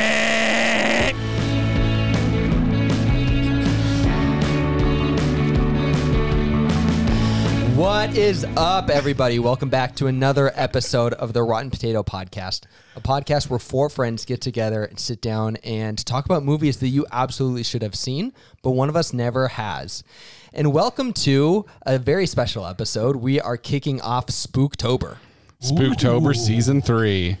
Hello, What is up, everybody? Welcome back to another episode of the Rotten Potato Podcast, a podcast where four friends get together and sit down and talk about movies that you absolutely should have seen, but one of us never has. And welcome to a very special episode. We are kicking off Spooktober. Spooktober season three.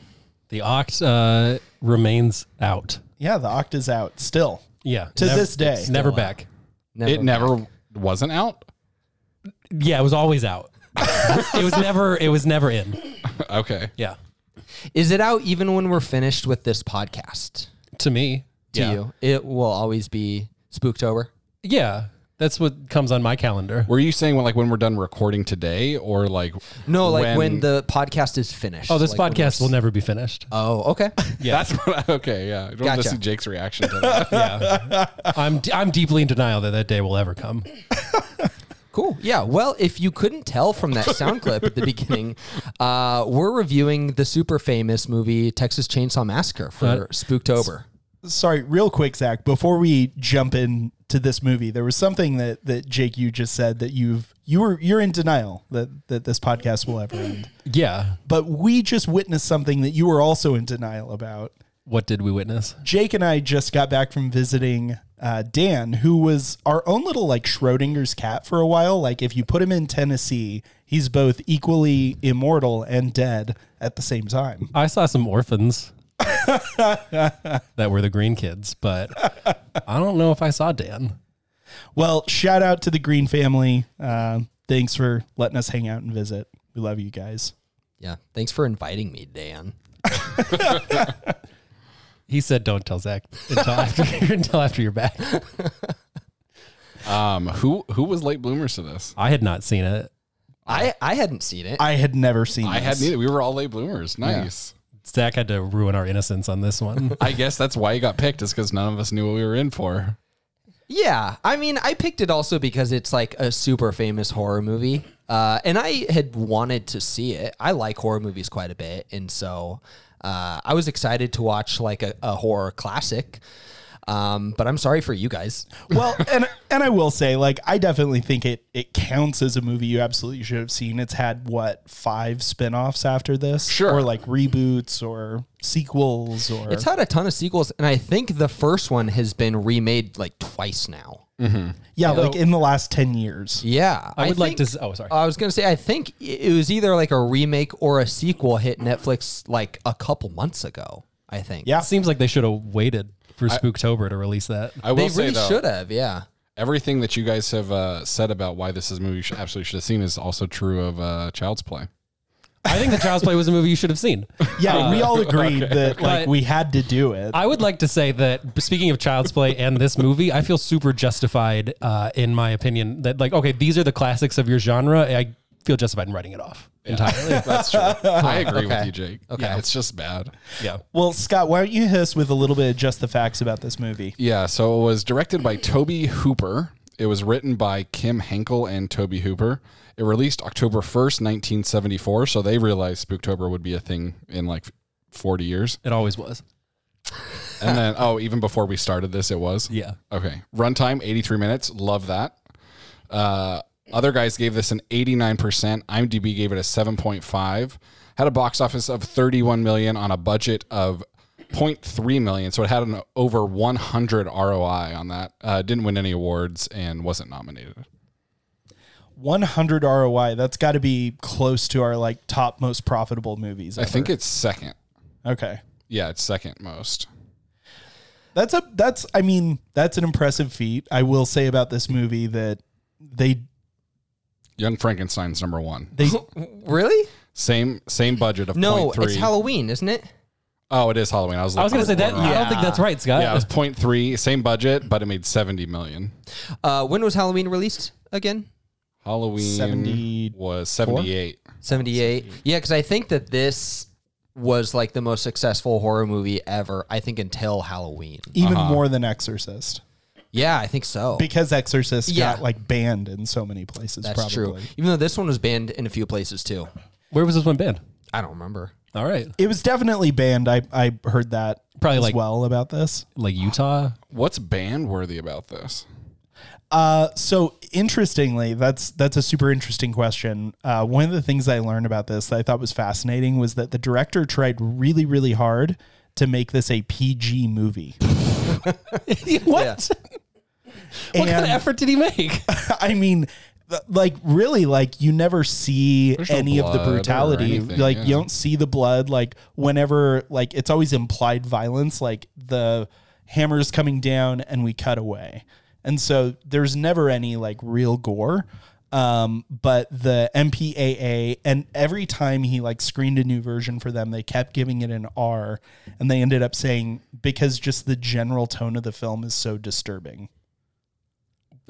The oct uh, remains out. Yeah, the oct is out still. Yeah, To this day. it's never back. Never It never wasn't out. Yeah, it was always out. it was never. It was never in. Okay. Yeah, is it out even when we're finished with this podcast. to me. To yeah. you, it will always be Spooktober. Yeah, that's what comes on my calendar. Were you saying well, like when we're done recording today, or like No, like when, the podcast is finished. Oh, this like when we're- podcast will never be finished. Oh, okay. Yeah, That's what. I, okay. Yeah. I don't want to Gotcha. see Jake's reaction to that. yeah. I'm d- I'm deeply in denial that that day will ever come. Cool. Yeah. Well, if you couldn't tell from that sound clip at the beginning, uh, we're reviewing the super famous movie Texas Chainsaw Massacre for Uh, Spooktober. Sorry, real quick, Zach, before we jump into this movie, there was something that, that Jake you just said that you've you were you're in denial that, that this podcast will ever end. Yeah. But we just witnessed something that you were also in denial about. What did we witness? Jake and I just got back from visiting uh, Dan, who was our own little like Schrodinger's cat for a while. Like if you put him in Tennessee, he's both equally immortal and dead at the same time. I saw some orphans that were the green kids, but I don't know if I saw Dan. Well, shout out to the Green family. Uh, thanks for letting us hang out and visit. We love you guys. Yeah. Thanks for inviting me, Dan. He said, "Don't tell Zach until after until after you're back." Um. Who Who was late bloomers to this? I had not seen it. I, I hadn't seen it. I had never seen. I had this. neither. We were all late bloomers. Nice. Zach had to ruin our innocence on this one. I guess that's why he got picked. Is because none of us knew what we were in for. yeah. I mean, I picked it also because it's like a super famous horror movie. Uh, and I had wanted to see it. I like horror movies quite a bit. And so uh, I was excited to watch like a, a horror classic. Um, but I'm sorry for you guys. Well, and and I will say, like, I definitely think it it counts as a movie you absolutely should have seen. It's had what five spin-offs after this, Sure. or like reboots or sequels, or It's had a ton of sequels, and I think the first one has been remade like twice now. yeah, like in the last ten years. Yeah, I would like to think- s- oh, sorry. I was gonna say I think i- it was either like a remake or a sequel hit Netflix like a couple months ago. I think. Yeah. It seems like they should have waited for Spooktober to release that. I will they say really though, should have. Yeah. everything that you guys have uh, said about why this is a movie you should, absolutely should have seen is also true of uh, Child's Play. I think The Child's Play was a movie you should have seen. Yeah, we all agreed that like But- we had to do it. I would like to say that speaking of Child's Play and this movie, I feel super justified uh, in my opinion that like okay, these are the classics of your genre. I feel justified in writing it off entirely. That's true. I agree Okay. with you, Jake. Okay. Yeah, it's just bad. Yeah. well, Scott, why don't you hit us with a little bit of just the facts about this movie? Yeah, so it was directed by Toby Hooper. It was written by Kim Henkel and Toby Hooper. It released October 1st, 1974, so they realized Spooktober would be a thing in like 40 years. It always was. And then, oh, even before we started this, it was? Yeah. Okay. Runtime, 83 minutes. Love that. Uh, other guys gave this an 89%. IMDb gave it a 7.5. Had a box office of 31 million on a budget of 0.3 million. So it had an over 100 ROI on that. Uh, didn't win any awards and wasn't nominated. 100 ROI. That's got to be close to our like top most profitable movies. I think it's second. Okay. Yeah, it's second most. That's a that's I mean, that's an impressive feat. I will say about this movie that they Young Frankenstein's number one. they Really? Same same budget of No, 0.3. it's Halloween, isn't it? oh, it is Halloween. I was, I was like, gonna say that. I don't think that's right, Scott. Yeah, it was 0.3, same budget, but it made 70 million. Uh, when was Halloween released again? Halloween 70 was 78. 78. Yeah, because I think that this was like the most successful horror movie ever. I think until Halloween. even more than Exorcist. Yeah, I think so. Because Exorcist Yeah. got like banned in so many places. That's probably. true. Even though this one was banned in a few places too. Where was this one banned? I don't remember. All right, It was definitely banned. I, I heard that Probably as like- well about this. like Utah. What's band worthy about this? Uh, so interestingly, that's that's a super interesting question. Uh, one of the things I learned about this that I thought was fascinating was that the director tried really, really hard to make this a PG movie. what? What kind And- of effort did he make? I mean, th- like really, like you never see no any of the blood or brutality. anything, like yeah. you don't see the blood. Like whenever, like it's always implied violence. Like the hammers coming down and we cut away, and so there's never any like real gore. Um, but the MPAA and every time he like screened a new version for them, they kept giving it an R, and they ended up saying because just the general tone of the film is so disturbing.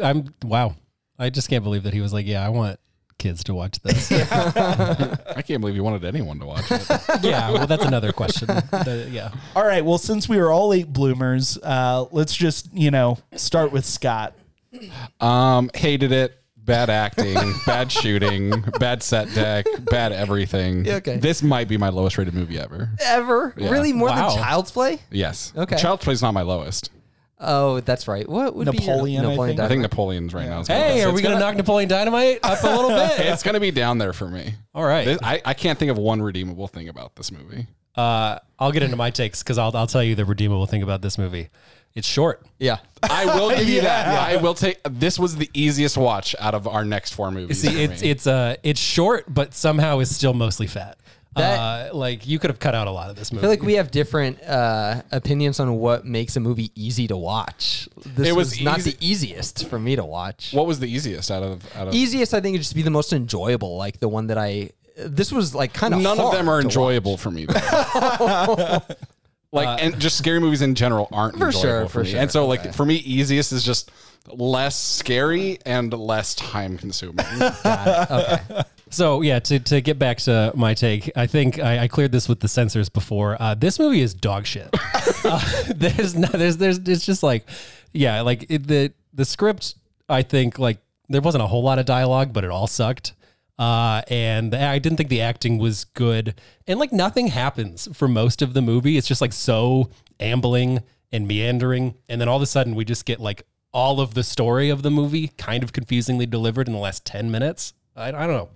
I'm wow. I just can't believe that he was like, yeah, I want kids to watch this. yeah. I can't believe you wanted anyone to watch it. well, that's another question. The- yeah. All right. Well, since we were all late bloomers, uh, let's just you know start with Scott. Um, hated it. Bad acting, bad shooting, bad set deck, bad everything. Yeah, okay. This might be my lowest rated movie ever. Ever Yeah. really more Wow. than Child's Play? Yes. Okay. Child's Play's not my lowest. Oh, that's right. What would be Napoleon, your, I Napoleon? think. I think Dynamite. Napoleon's right now. Is my Hey, best. are It's we gonna, knock Napoleon Dynamite up a little bit? It's gonna be down there for me. All right. This- I, I can't think of one redeemable thing about this movie. Uh, I'll get into my takes because I'll I'll tell you the redeemable thing about this movie. It's short. yeah. I will give you that. I will take. This was the easiest watch out of our next four movies. for See, it's me. it's uh it's short, but somehow is still mostly fat. That- uh, like you could have cut out a lot of this movie. I feel like we have different uh, opinions on what makes a movie easy to watch. This It it was was, not easy- the easiest for me to watch. what was the easiest out of out of easiest, I think, would just be the most enjoyable, like the one that I. This was like kind of None of them are enjoyable for me. though. like and just scary movies in general aren't For enjoyable sure, Uh, for, for me. sure. And so like for me, easiest is just less scary and less time consuming. So yeah, to, to get back to my take, I think I, I cleared this with the censors before. Uh, this movie is dog shit. uh, there's no, there's there's it's just like, yeah, like it, the the script. I think like there wasn't a whole lot of dialogue, but it all sucked. Uh, and the- I didn't think the acting was good, and like nothing happens for most of the movie. It's just like so ambling and meandering, and then all of a sudden we just get like all of the story of the movie kind of confusingly delivered in the last ten minutes. I, I don't know.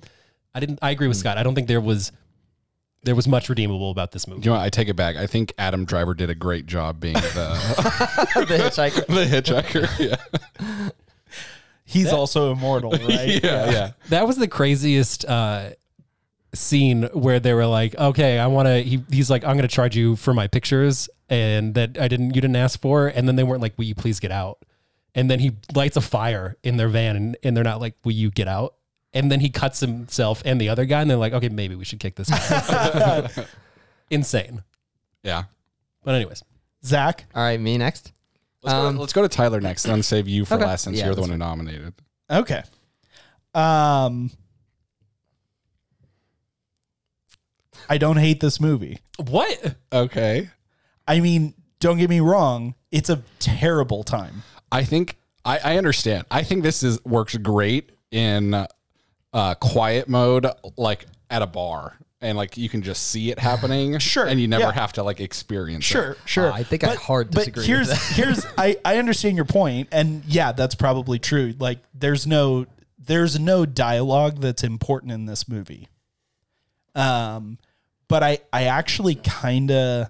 I didn't. I agree with Scott. I don't think there was there was much redeemable about this movie. you know, what? I take it back. I think Adam Driver did a great job being the the hitchhiker. the hitchhiker. Yeah, He's also immortal, right? yeah, yeah. That was the craziest uh, scene where they were like, "Okay, I want to." He, he's like, "I'm going to charge you for my pictures and that I didn't you didn't ask for." And then they weren't like, "Will you please get out?" And then he lights a fire in their van, and, and they're not like, "Will you get out?" And then he cuts himself and the other guy, and they're like, "Okay, maybe we should kick this guy." Insane. Yeah. But anyways, Zach. All right, me next. Let's, go, let's go to Tyler next, and then save you for Okay. last since Yeah, you're the that's one who nominated. Okay. Um, I don't hate this movie. what? Okay. I mean, don't get me wrong; it's a terrible time. I think I, I understand. I think this is works great in uh, quiet mode, like at a bar, and like you can just see it happening. Sure, and you never yeah. have to like experience. it. Sure, sure. Uh, I think I hard disagree But with here's that. here's I I understand your point, and yeah, that's probably true. Like, there's no there's no dialogue that's important in this movie. Um, but I I actually kind of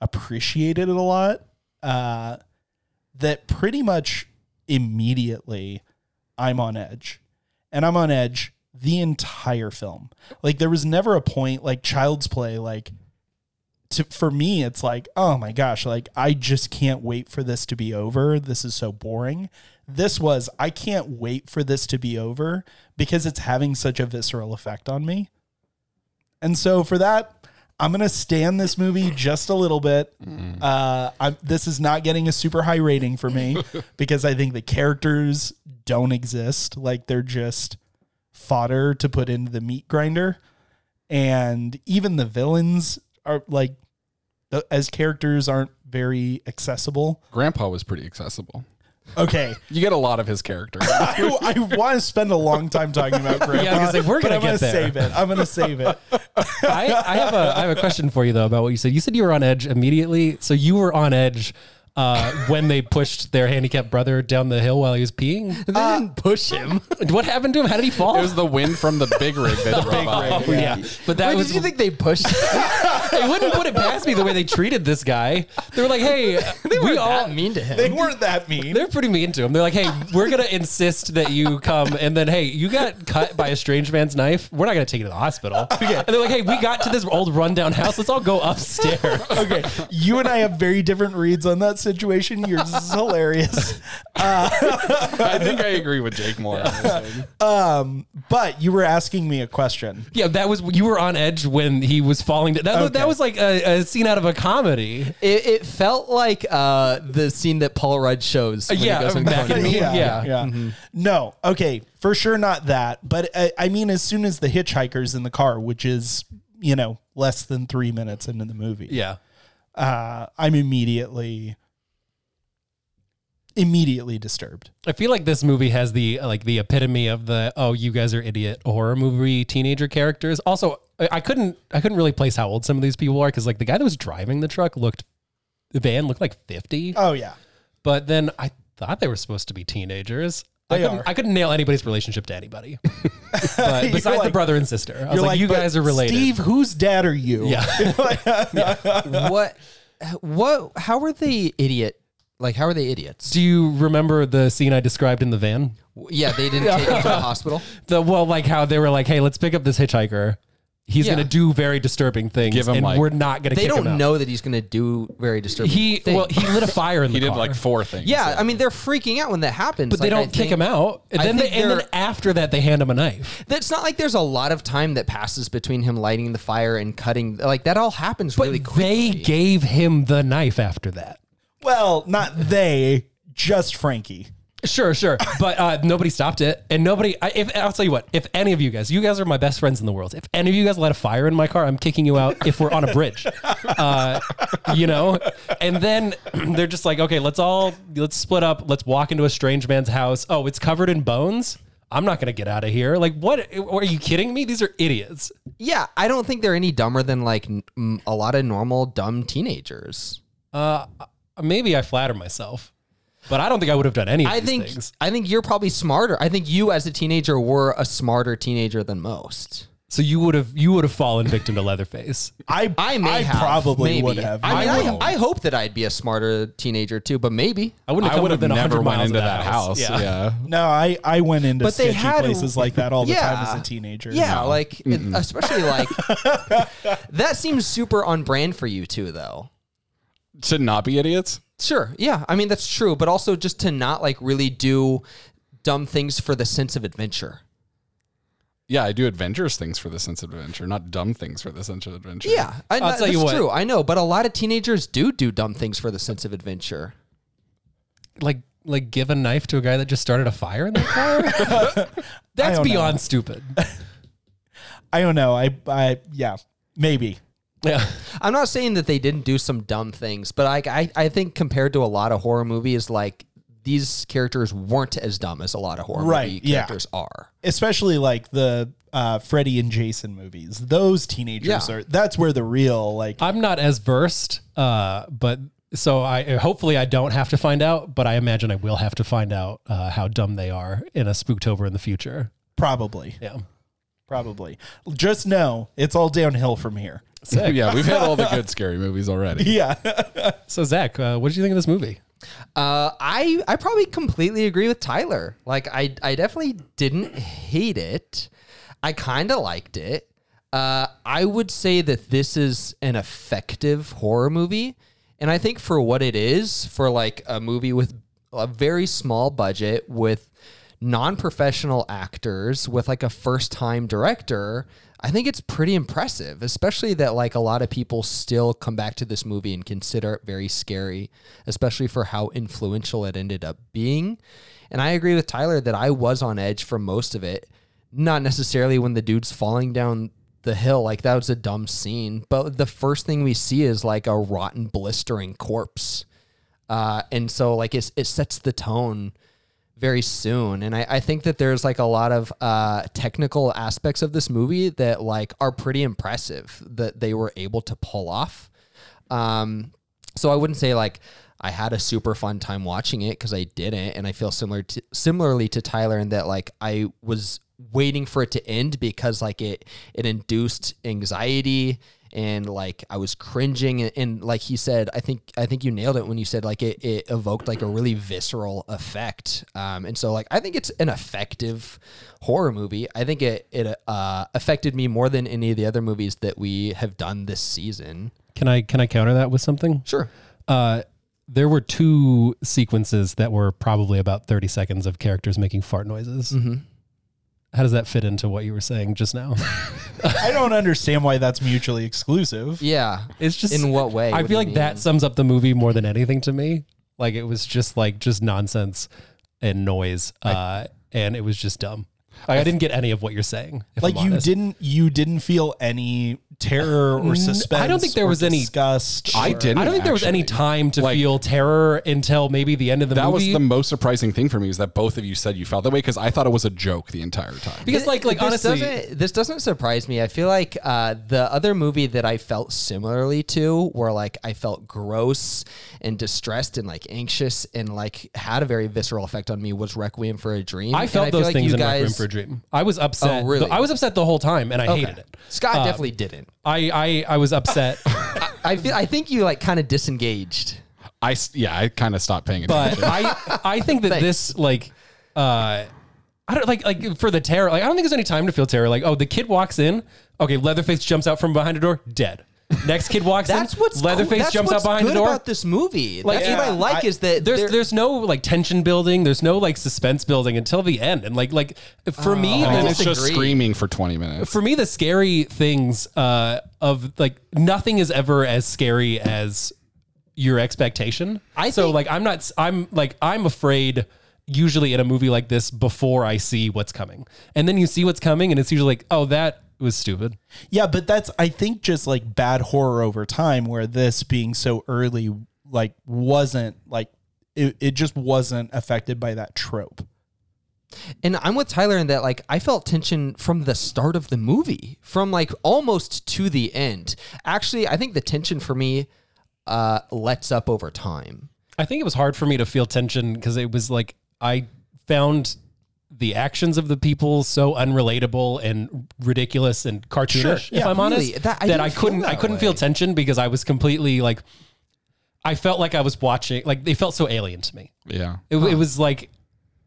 appreciated it a lot. Uh, that pretty much immediately, I'm on edge, and I'm on edge the entire film. Like, there was never a point like Child's Play, like to for me it's like oh my gosh like i just can't wait for this to be over this is so boring this was i can't wait for this to be over because it's having such a visceral effect on me and so for that i'm gonna stand this movie just a little bit uh I'm, this is not getting a super high rating for me because i think the characters don't exist like they're just fodder to put into the meat grinder and even the villains are like the, as characters aren't very accessible Grandpa was pretty accessible. Okay. You get a lot of his character. I, want to spend a long time talking about Grandpa. Yeah, I was gonna say, we're but gonna I'm gonna get there. save it. I'm going to save it. I, I have a I have a question for you though about what you said. You said you were on edge immediately, so you were on edge uh, when they pushed their handicapped brother down the hill while he was peeing. Uh, They didn't push him. What happened to him? How did he fall? It was the wind from the big rig that drove up. Oh, yeah. but that Wait, was. did you think they pushed him? they wouldn't put it past me the way they treated this guy. They were like, "Hey, we all." Not mean to him. They weren't that mean. They're pretty mean to him. They're like, "Hey, we're gonna insist that you come," and then, "Hey, you got cut by a strange man's knife. We're not gonna take you to the hospital." And they're like, "Hey, we got to this old rundown house. Let's all go upstairs." Okay, you and I have very different reads on that situation. Yours is hilarious. I think I agree with Jake more. on this one. Um, but you were asking me a question. Yeah, that was you were on edge when he was falling. That, that, Okay. was like a, a scene out of a comedy. It, it felt like uh, the scene that Paul Rudd shows. When yeah, he goes on back Conan. in the- yeah, Mm-hmm. Yeah. yeah. No, okay, for sure not that. But I, I mean, as soon as the hitchhiker's in the car, which is you know less than three minutes into the movie, Yeah, uh, I'm immediately immediately disturbed. I feel like this movie has the like the epitome of the oh you guys are idiot horror movie teenager characters. Also, I I couldn't I couldn't really place how old some of these people are because like the guy that was driving the truck looked the van looked like fifty, Oh yeah, but then I thought they were supposed to be teenagers. I They couldn't, are. I couldn't nail anybody's relationship to anybody, but besides the like- brother and sister. I was like, you "But guys are related. Steve, whose dad are you? Yeah, what? What? How were they idiot? Like, how are they idiots? do you remember the scene I described in the van? Yeah, they didn't take him to the hospital. the well, like how they were like, "Hey, let's pick up this hitchhiker. He's Yeah. gonna do very disturbing things, Give him, and like- we're not gonna." They kick him don't out." know that he's going to do very disturbing. He things. well, he lit a fire in the He did car. like four things. yeah, I mean, they're freaking out when that happens. But they don't kick him out. And I then, they, think and then they're- after that, they hand him a knife. It's not like there's a lot of time that passes between him lighting the fire and cutting. Like that all happens really quickly. They gave him the knife after that. Well, not they, just Frankie. Sure, sure. But uh, nobody stopped it. And nobody, I, if, I'll tell you what, if any of you guys, you guys are my best friends in the world. If any of you guys light a fire in my car, I'm kicking you out if we're on a bridge, uh, you know? And then they're just like, okay, let's all, let's split up. Let's walk into a strange man's house. Oh, it's covered in bones. I'm not going to get out of here. Like, what? Are you kidding me? These are idiots. yeah, I don't think they're any dumber than like n- a lot of normal dumb teenagers. Uh, maybe I flatter myself, but I don't think I would have done any of I these think things. I think you're probably smarter. I think you as a teenager were a smarter teenager than most. So you would have, you would have fallen victim to Leatherface. I I may I have, probably maybe. would have. I mean, I I, will. I hope that I'd be a smarter teenager too, but maybe. I wouldn't have I come would have within 100 never went miles into of that house. Yeah. No, I, I went into But they sketchy had- places like that all the Yeah. time as a teenager. Yeah, like it- especially like that seems super on brand for you too, though. To not be idiots. Sure, yeah, I mean that's true, but also just to not like really do dumb things for the sense of adventure. Yeah, I do adventurous things for the sense of adventure, not dumb things for the sense of adventure. Yeah, I, I'll tell you that's what. true. I know, but a lot of teenagers do do dumb things for the sense of adventure. Like like give a knife to a guy that just started a fire in the car? That's don't know. beyond stupid. I don't know. I I yeah, maybe. Yeah. I'm not saying that they didn't do some dumb things, but like I, I think compared to a lot of horror movies, like these characters weren't as dumb as a lot of horror Right, movie yeah. characters are. Especially like the uh, Freddy and Jason movies. Those teenagers Yeah. are that's where the real like I'm not as versed, uh, but so I hopefully I don't have to find out, but I imagine I will have to find out uh, how dumb they are in a spooktober in the future. probably. Yeah. Probably. Just know it's all downhill from here. yeah, we've had all the good scary movies already. Yeah. So Zach, uh, what did you think of this movie? Uh, I I probably completely agree with Tyler. Like I I definitely didn't hate it. I kind of liked it. Uh, I would say that this is an effective horror movie, and I think for what it is, for like a movie with a very small budget with non-professional actors with like a first-time director, I think it's pretty impressive, especially that like a lot of people still come back to this movie and consider it very scary, especially for how influential it ended up being. And I agree with Tyler that I was on edge for most of it, not necessarily when the dude's falling down the hill like that was a dumb scene, but the first thing we see is like a rotten blistering corpse. Uh, and so like it's, it sets the tone very soon. And I, I think that there's like a lot of uh, technical aspects of this movie that like are pretty impressive that they were able to pull off. Um, so I wouldn't say like I had a super fun time watching it because I didn't, and I feel similar to similarly to Tyler in that like I was waiting for it to end because like it it induced anxiety and like I was cringing and, and like he said I think I think you nailed it when you said like it, it evoked like a really visceral effect um and so like I think it's an effective horror movie I think it it uh affected me more than any of the other movies that we have done this season Can I can I counter that with something? sure Uh, there were two sequences that were probably about 30 seconds of characters making fart noises. Mm-hmm. How does that fit into what you were saying just now? I don't understand why that's mutually exclusive. yeah It's just In what way? I What do feel you like that mean? sums up the movie more than anything to me. Like it was just like just nonsense and noise, uh, and it was just dumb. Like, I didn't get any of what you're saying. if Like I'm you honest. didn't you didn't feel any terror or suspense. I don't think there or was any- disgust. I or- didn't. I don't think there was any actually. time to Like- feel terror until maybe the end of the That was movie. the most surprising thing for me is that both of you said you felt that way because I thought it was a joke the entire time. because like like this honestly, doesn't, this doesn't surprise me. I feel like uh, the other movie that I felt similarly to, where like I felt gross and distressed and like anxious and like had a very visceral effect on me, was Requiem for a Dream. I And felt feel those like things you in guys, Requiem for a Dream. I was upset. Oh, really? I was upset the whole time, and I hated it. Um, Scott definitely didn't. I I, I was upset, I feel, I think you like kind of disengaged. I s- yeah, I kind of stopped paying attention. but I I think that this like uh I don't like like for the terror. Like I don't think there's any time to feel terror. Like oh, the kid walks in. Okay, Leatherface jumps out from behind a door, dead. Next kid walks That's in. what's Leatherface cool. That's jumps out what's behind good the door. About this movie, Like, that's what yeah, I like I- is that there's there- there's no like tension building. There's no like suspense building until the end. And like like for me, I the- it's just disagree. screaming for 20 minutes. for me the scary things uh, of like nothing is ever as scary as your expectation. I so think- like I'm not I'm like I'm afraid usually in a movie like this before I see what's coming, and then you see what's coming, and it's usually like oh that was stupid. Yeah, but that's I think just like bad horror over time, where this being so early, like wasn't like it, it just wasn't affected by that trope. And I'm with Tyler in that like I felt tension from the start of the movie, from like almost to the end. Actually, I think the tension for me uh lets up over time. I think it was hard for me to feel tension because it was like I found the actions of the people so unrelatable and ridiculous and cartoonish. if yeah, I'm really. honest, That- that I I, didn't feel couldn't, I that couldn't way. feel tension because I was completely like, I felt like I was watching. Like they felt so alien to me. yeah. It, it was like,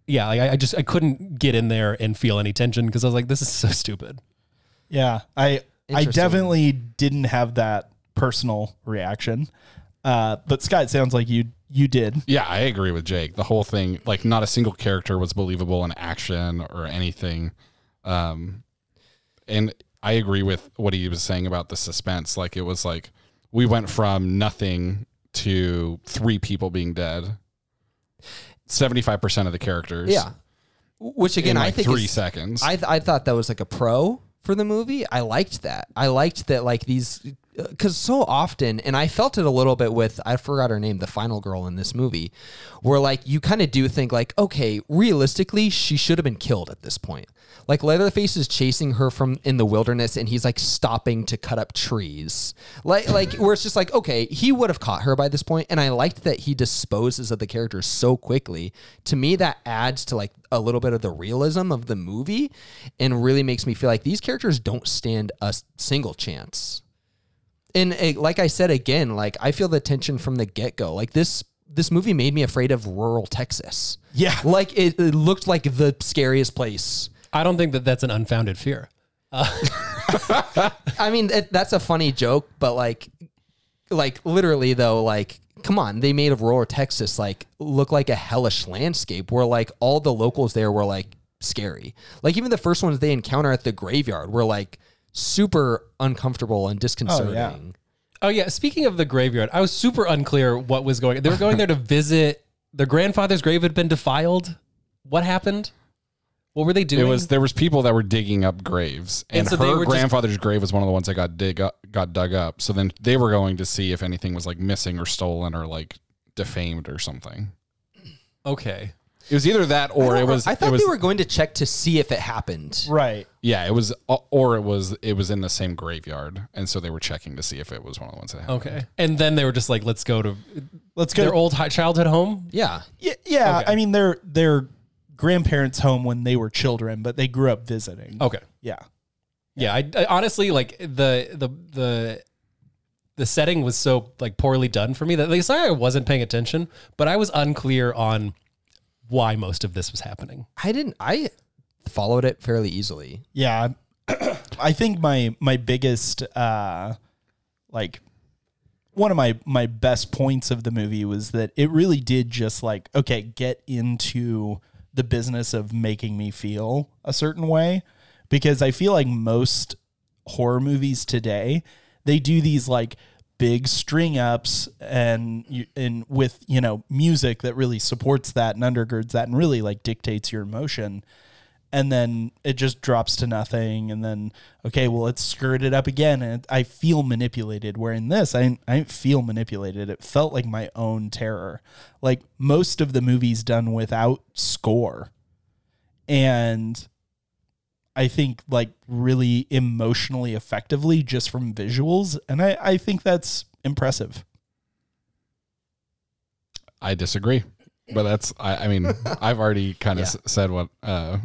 yeah, like, I, I just I couldn't get in there and feel any tension because I was like, this is so stupid. Yeah, I I Interesting. definitely didn't have that personal reaction, uh, but Scott, it sounds like you you did. Yeah, I agree with Jake. The whole thing, like, not a single character was believable in action or anything. Um, and I agree with what he was saying about the suspense. Like, it was like we went from nothing to three people being dead. Seventy-five percent of the characters. Yeah. Which in again, like I think three is- seconds. I, th- I thought that was like a pro for the movie. I liked that. I liked that like these because so often, and I felt it a little bit with I forgot her name, the final girl in this movie, where like you kind of do think like okay, realistically, she should have been killed at this point. Like Leatherface is chasing her from in the wilderness, and he's like stopping to cut up trees, like like where it's just like okay, he would have caught her by this point, and I liked that he disposes of the characters so quickly. To me, that adds to like a little bit of the realism of the movie, and really makes me feel like these characters don't stand a s- single chance and eh, like I said again, like I feel the tension from the get go. Like this, this movie made me afraid of rural Texas. Yeah. like it, it looked like the scariest place. I don't think that that's an unfounded fear. I mean, it, that's a funny joke, but like, like literally though, like come on, they made of rural Texas like look like a hellish landscape where like all the locals there were like scary. Like even the first ones they encounter at the graveyard were like super uncomfortable and disconcerting. Oh yeah. Speaking of the graveyard, I was super unclear what was going. They were going there to visit. Their grandfather's grave had been defiled. What happened? What were they doing? it was there was people that were digging up graves, and, And so they her were just- grandfather's grave was one of the ones that got dig up, got dug up. So then they were going to see if anything was like missing or stolen or like defamed or something. Okay. It was either that or it was. I thought it was, they were going to check to see if it happened. Right. Yeah, it was, uh, or it was. It was in the same graveyard, and so they were checking to see if it was one of the ones that happened. Okay. And then they were just like, let's go to Let's go. their old hi- childhood home. Yeah. Yeah, yeah. Okay. I mean, their their grandparents' home when they were children, but they grew up visiting. Okay. yeah, Yeah. I, I honestly like the the the the setting was so like poorly done for me that like sorry I wasn't paying attention, but I was unclear on why most of this was happening. I didn't. I followed it fairly easily. yeah. I think my my biggest uh, like one of my my best points of the movie was that it really did just like okay get into the business of making me feel a certain way because i feel like most horror movies today they do these like big string ups and you, and with you know music that really supports that and undergirds that and really like dictates your emotion and then it just drops to nothing and then okay well let's skirt it up again and i feel manipulated where in this i didn't, I didn't feel manipulated it felt like my own terror like most of the movies done without score and i think like really emotionally effectively just from visuals and i, I think that's impressive I disagree, but that's. I, I mean, I've already kind of said what. Uh,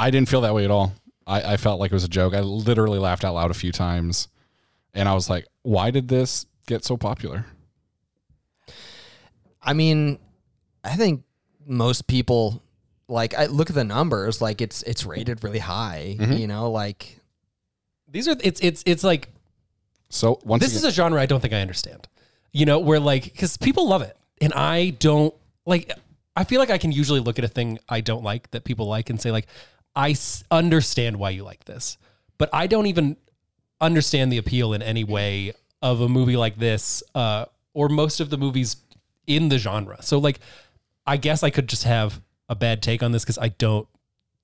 I didn't feel that way at all. I, I felt like it was a joke. I literally laughed out loud a few times, and I was like, "Why did this get so popular?" I mean, I think most people like I look at the numbers. Like it's it's rated really high. Mm-hmm. You know, like These are it's it's it's like So once this is a genre I don't think I understand. You know, where like because people love it, and I don't like. I feel like I can usually look at a thing I don't like that people like and say like, I s- understand why you like this, but I don't even understand the appeal in any way of a movie like this uh, or most of the movies in the genre. So like, I guess I could just have a bad take on this because I don't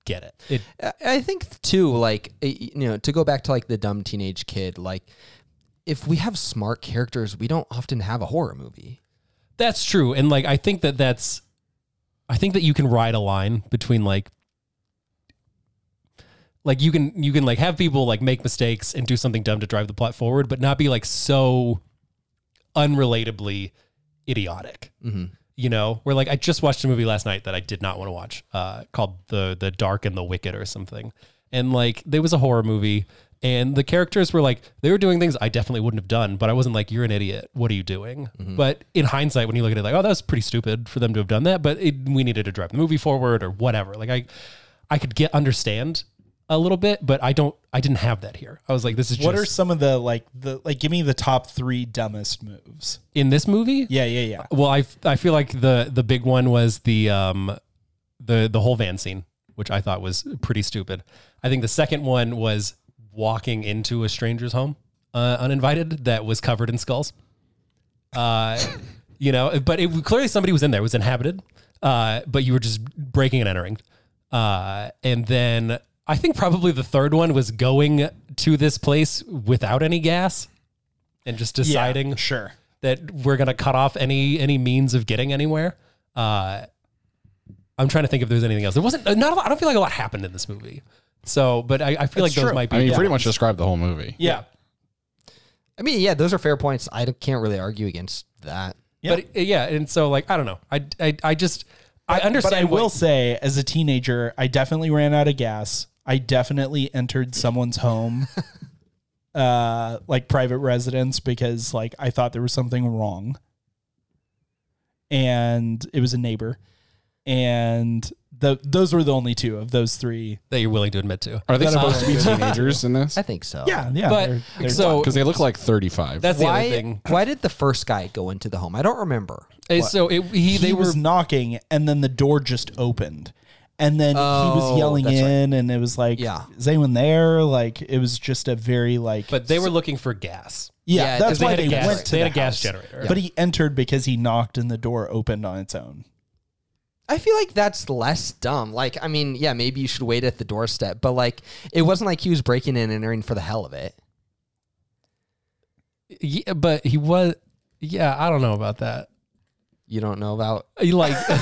get it. It I- I think too. Like you know, to go back to like the dumb teenage kid. Like if we have smart characters, we don't often have a horror movie. That's true. And like I think that that's I think that you can ride a line between like like you can you can like have people like make mistakes and do something dumb to drive the plot forward but not be like so unrelatably idiotic. Mm-hmm. You know, where like I just watched a movie last night that I did not want to watch uh called The The Dark and the Wicked or something. And like there was a horror movie and the characters were like they were doing things I definitely wouldn't have done, but I wasn't like you're an idiot. What are you doing? Mm-hmm. But in hindsight, when you look at it, like oh that was pretty stupid for them to have done that, but it, we needed to drive the movie forward or whatever. Like I, I could get understand a little bit, but I don't. I didn't have that here. I was like this is what just, are some of the like the like give me the top three dumbest moves in this movie. yeah yeah yeah Well, I, f- I feel like the the big one was the um the the whole van scene, which I thought was pretty stupid. I think the second one was walking into a stranger's home uh, uninvited that was covered in skulls. Uh, you know, but it clearly somebody was in there, it was inhabited. Uh, but you were just breaking and entering. Uh, and then I think probably the third one was going to this place without any gas and just deciding yeah, sure that we're gonna cut off any any means of getting anywhere. Uh, I'm trying to think if there's anything else. There wasn't not. A lot, I don't feel like a lot happened in this movie. So, but I, I feel like That's those true. might be. I mean, you the pretty ones. much described the whole movie. yeah. I mean, yeah, those are fair points. I don't- can't really argue against that. Yeah. But uh, yeah, and so like I don't know. I I, I just I understand. But I what- will say, as a teenager, I definitely ran out of gas. I definitely entered someone's home, uh, like private residence, because like I thought there was something wrong, and it was a neighbor, and the those were the only two of those three. that you're willing to admit to. Are they supposed to be teenagers in this? I think so. Yeah, yeah. But they're- they're- so Because they look like thirty-five. that's the other Why? thing. Why did the first guy go into the home? I don't remember. Uh, So it, he he they were was knocking, and then the door just opened. And then he Oh, was yelling that's right. in, and it was like, Yeah. "Is anyone there?" Like it was just a very like but they were looking for gas. Yeah, Yeah, 'cause that's they why had a they gas- went to they had the a gas house. generator. But he entered because he knocked and the door opened on its own. I feel like that's less dumb. Like, I mean, yeah, maybe you should wait at the doorstep, but like, it wasn't like he was breaking and entering for the hell of it. Yeah, but he was. Yeah, I don't know about that. you don't know about. You Like, like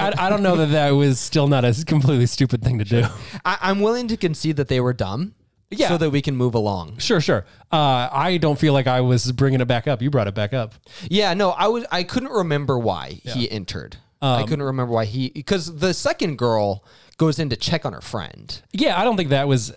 I, I don't know that that was still not a completely stupid thing to do. I, I'm willing to concede that they were dumb. Yeah. So that we can move along. Sure, sure. Uh, I don't feel like I was bringing it back up. You brought it back up. Yeah, no, I was I couldn't remember why he entered. I couldn't remember why he because the second girl goes in to check on her friend. Yeah, I don't think that was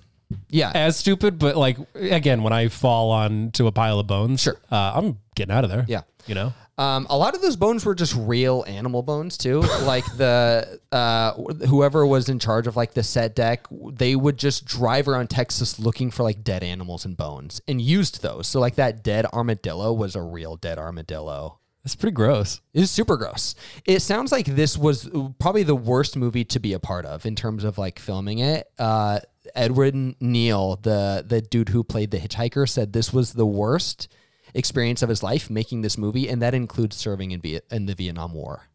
Yeah. as stupid, but like again, when I fall onto a pile of bones, Sure. uh, I'm getting out of there. Yeah. you know, Um, a lot of those bones were just real animal bones too. like the uh, whoever was in charge of like the set deck, they would just drive around Texas looking for like dead animals and bones and used those. So like that dead armadillo was a real dead armadillo. it's pretty gross. It was super gross. It sounds like this was probably the worst movie to be a part of in terms of like filming it. Uh, Edward Neal, the the dude who played the hitchhiker, said this was the worst experience of his life making this movie, and that includes serving in, Viet- in the Vietnam War.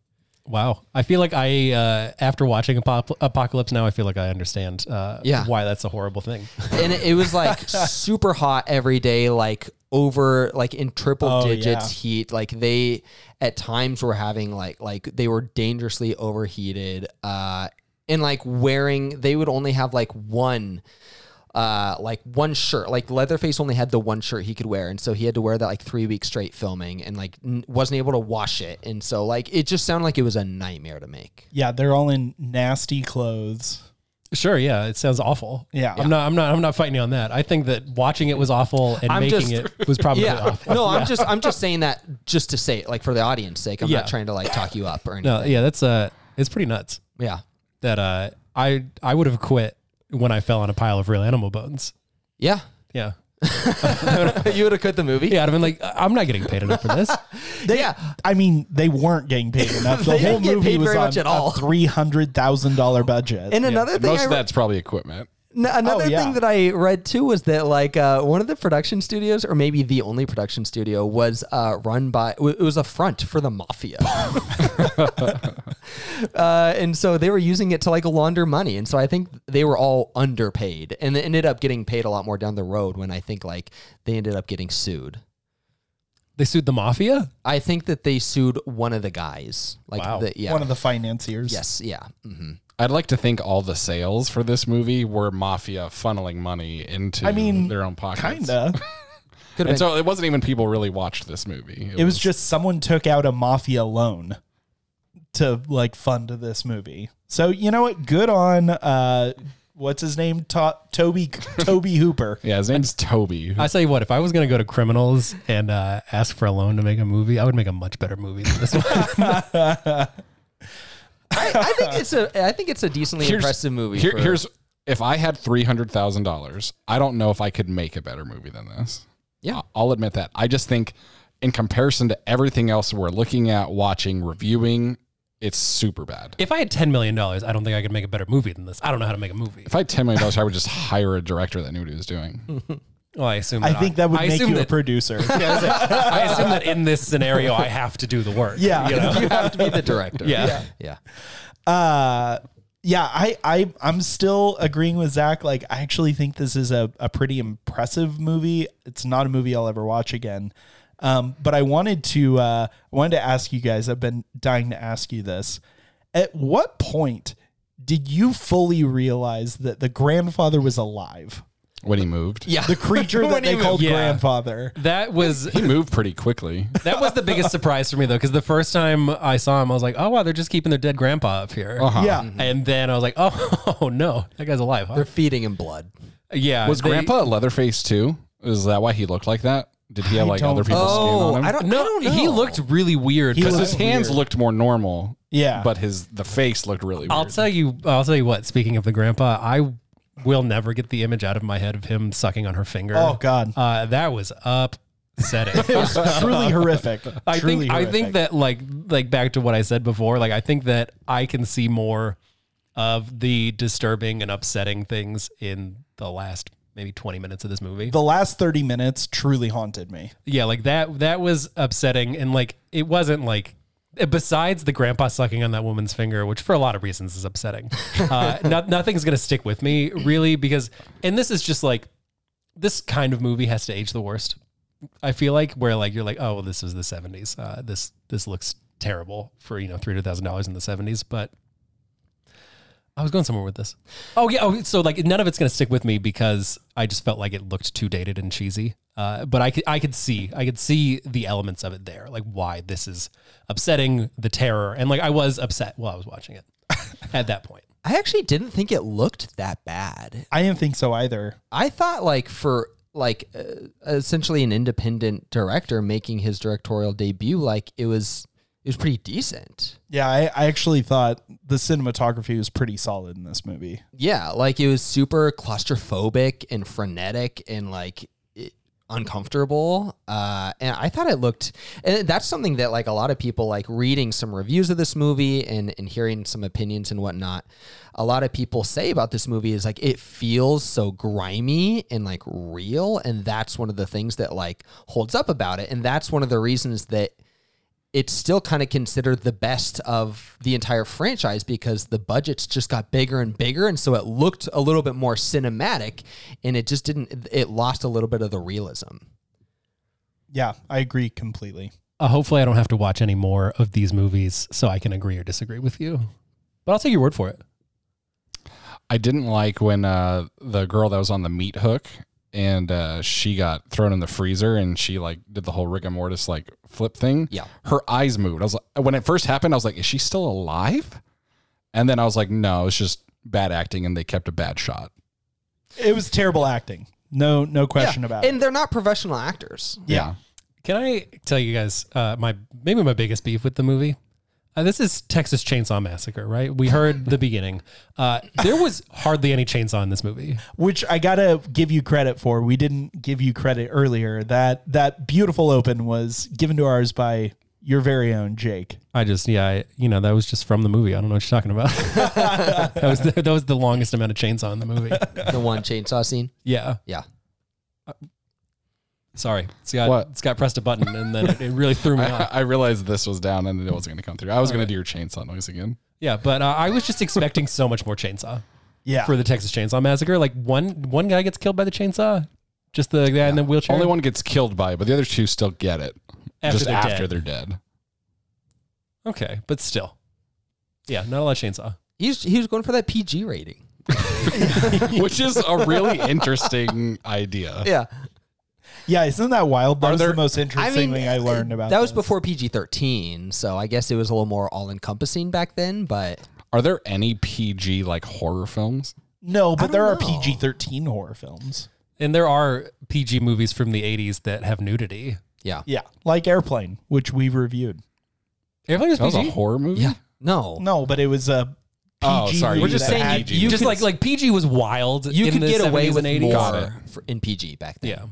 Wow, I feel like I uh, after watching Apop- Apocalypse Now, I feel like I understand uh, Yeah. why that's a horrible thing. and it, it was like super hot every day, like over like in triple Oh, digits yeah. heat. Like they at times were having like like they were dangerously overheated. Uh and like wearing they would only have like one uh like one shirt. Like Leatherface only had the one shirt he could wear. And so he had to wear that like three weeks straight filming and like n- wasn't able to wash it. And so like it just sounded like it was a nightmare to make. Yeah, they're all in nasty clothes. Sure, yeah, it sounds awful. Yeah. I'm not, I'm not, I'm not fighting you on that. I think that watching it was awful and I'm making just- it was probably Yeah. awful. No, I'm just I'm just saying that just to say it, like for the audience sake. I'm Yeah. not trying to like talk you up or anything. No, yeah, that's uh, it's pretty nuts Yeah. that uh, I I would have quit when I fell on a pile of real animal bones. Yeah. Yeah, you would have quit the movie. yeah, I'd have been like, I'm not getting paid enough for this. They, Yeah. I mean, they weren't getting paid enough. The They whole didn't get movie paid was very on much at all. a three hundred thousand dollar budget. And another thing, Most I of that's probably equipment. n- another Oh, yeah. thing that I read too was that like uh, one of the production studios, or maybe the only production studio, was uh, run by w- it was a front for the mafia, uh, and so they were using it to like launder money. And so I think they were all underpaid, and they ended up getting paid a lot more down the road when I think like they ended up getting sued. They sued the mafia. I think that they sued one of the guys, like Wow. the, yeah, one of the financiers. yes, yeah, hmm I'd like to think all the sales for this movie were mafia funneling money into I mean, their own pockets. kinda. could And have been. so it wasn't even people really watched this movie. it was just someone took out a mafia loan to like fund this movie. So you know what? Good on uh, what's his name? To- Toby Toby Hooper. yeah, his name's Toby. I tell you what, if I was going to go to criminals and uh, ask for a loan to make a movie, I would make a much better movie than this one. I, I think it's a I think it's a decently Here's- impressive movie. Here- for- here's if I had three hundred thousand dollars, I don't know if I could make a better movie than this. Yeah. I- I'll admit that. I just think, in comparison to everything else we're looking at, watching, reviewing, it's super bad. if I had $10 million, I don't think I could make a better movie than this. I don't know how to make a movie. If I had ten million dollars, I would just hire a director that knew what he was doing. Well, I assume I think that would I make assume you a that, producer. Yeah, that's it. I assume that in this scenario, I have to do the work. Yeah. You know? you have to be the director. Yeah. yeah. uh yeah I, I i'm still agreeing with zach like i actually think this is a, a pretty impressive movie it's not a movie i'll ever watch again um but i wanted to uh i wanted to ask you guys i've been dying to ask you this at what point did you fully realize that the grandfather was alive When he moved, Yeah. the creature that they called Yeah. grandfather That was he moved pretty quickly. that was the biggest surprise for me though, because the first time I saw him, I was like, "Oh wow, they're just keeping their dead grandpa up here." Uh-huh. yeah And then I was like, "Oh, no, that guy's alive." Huh? They're feeding him blood. Yeah, Was they- Grandpa a Leatherface too? Is that why he looked like that? Did he have I like don't other people's Oh, skin on him? No, he looked really weird. He 'cause Because looked his hands looked more normal, yeah but his the face looked really weird. I'll tell you. I'll tell you what. Speaking of the grandpa, I will never get the image out of my head of him sucking on her finger. oh god uh, that was upsetting. it was truly horrific I Truly think. I horrific. think that like like back to what I said before. Like I think that I can see more of the disturbing and upsetting things in the last maybe 20 minutes of this movie. the last 30 minutes truly haunted me Yeah, like that that was upsetting and like it wasn't like eh, besides the grandpa sucking on that woman's finger, which for a lot of reasons is upsetting. Uh no, nothing's going to stick with me really because and this is just like this kind of movie has to age the worst. I feel like where like you're like, "Oh, well, this was the 70s. Uh this this looks terrible for you know three hundred thousand dollars in the seventies, but I was going somewhere with this. Oh yeah, oh, so like none of it's gonna stick with me because I just felt like it looked too dated and cheesy. Uh, but I could I could see I could see the elements of it there, like why this is upsetting, the terror, and like I was upset while I was watching it at that point. I actually didn't think it looked that bad. I didn't think so either. I thought like for like uh, essentially an independent director making his directorial debut, like it was it was pretty decent. Yeah, I, I actually thought the cinematography was pretty solid in this movie. Yeah, like it was super claustrophobic and frenetic and like it- uncomfortable uh and i thought it looked and that's something that like a lot of people like reading some reviews of this movie and and hearing some opinions and whatnot a lot of people say about this movie is like it feels so grimy and like real and that's one of the things that like holds up about it and that's one of the reasons that it's still kind of considered the best of the entire franchise because the budgets just got bigger and bigger and so it looked a little bit more cinematic and it just didn't it lost a little bit of the realism Yeah, I agree completely. Uh, hopefully, I don't have to watch any more of these movies so I can agree or disagree with you. But I'll take your word for it. I didn't like when uh, the girl that was on the meat hook and uh, she got thrown in the freezer and she like did the whole rigor mortis like flip thing. Yeah. Her eyes moved. I was like, when it first happened, I was like, is she still alive? And then I was like, no, it's just bad acting and they kept a bad shot. It was terrible acting. No, no question about and it. they're not professional actors Yeah. Can I tell you guys uh, my maybe my biggest beef with the movie? Uh, this is Texas Chainsaw Massacre, right? We heard the beginning. Uh, there was hardly any chainsaw in this movie. Which I gotta give you credit for. We didn't give you credit earlier. That that beautiful open was given to ours by your very own Jake. I just, yeah, I, you know, that was just from the movie. I don't know what you're talking about. that was the, that was the longest amount of chainsaw in the movie. the one chainsaw scene Yeah, yeah sorry, Scott. What? Scott pressed a button and then it, it really threw me I, off. I realized this was down and it wasn't going to come through. I was going to do your chainsaw noise again. Yeah, but uh, I was just expecting so much more chainsaw. Yeah. for the Texas Chainsaw Massacre. Like one one guy gets killed by the chainsaw, just the guy in the wheelchair. Only one gets killed by it, but the other two still get it After just they're after dead. they're dead. Okay, but still, yeah, not a lot of uh, chainsaw. he's he was going for that pg rating which is a really interesting idea. yeah Yeah, isn't that wild? That Are was there- the most interesting thing I learned about. uh, that was this. before pg-13 so i guess it was a little more all-encompassing back then but Are there any PG like horror films? No, but there are don't know. PG thirteen horror films. And there are PG movies from the '80s that have nudity. yeah Yeah. Like Airplane, which we reviewed. Airplane is That was a PG. horror movie. yeah no No, but it was a PG Oh, sorry, movie we're just that saying had- PG. you You just could- like like PG was wild. you in could the get away 70s with and 80s. more for, in pg back then Yeah.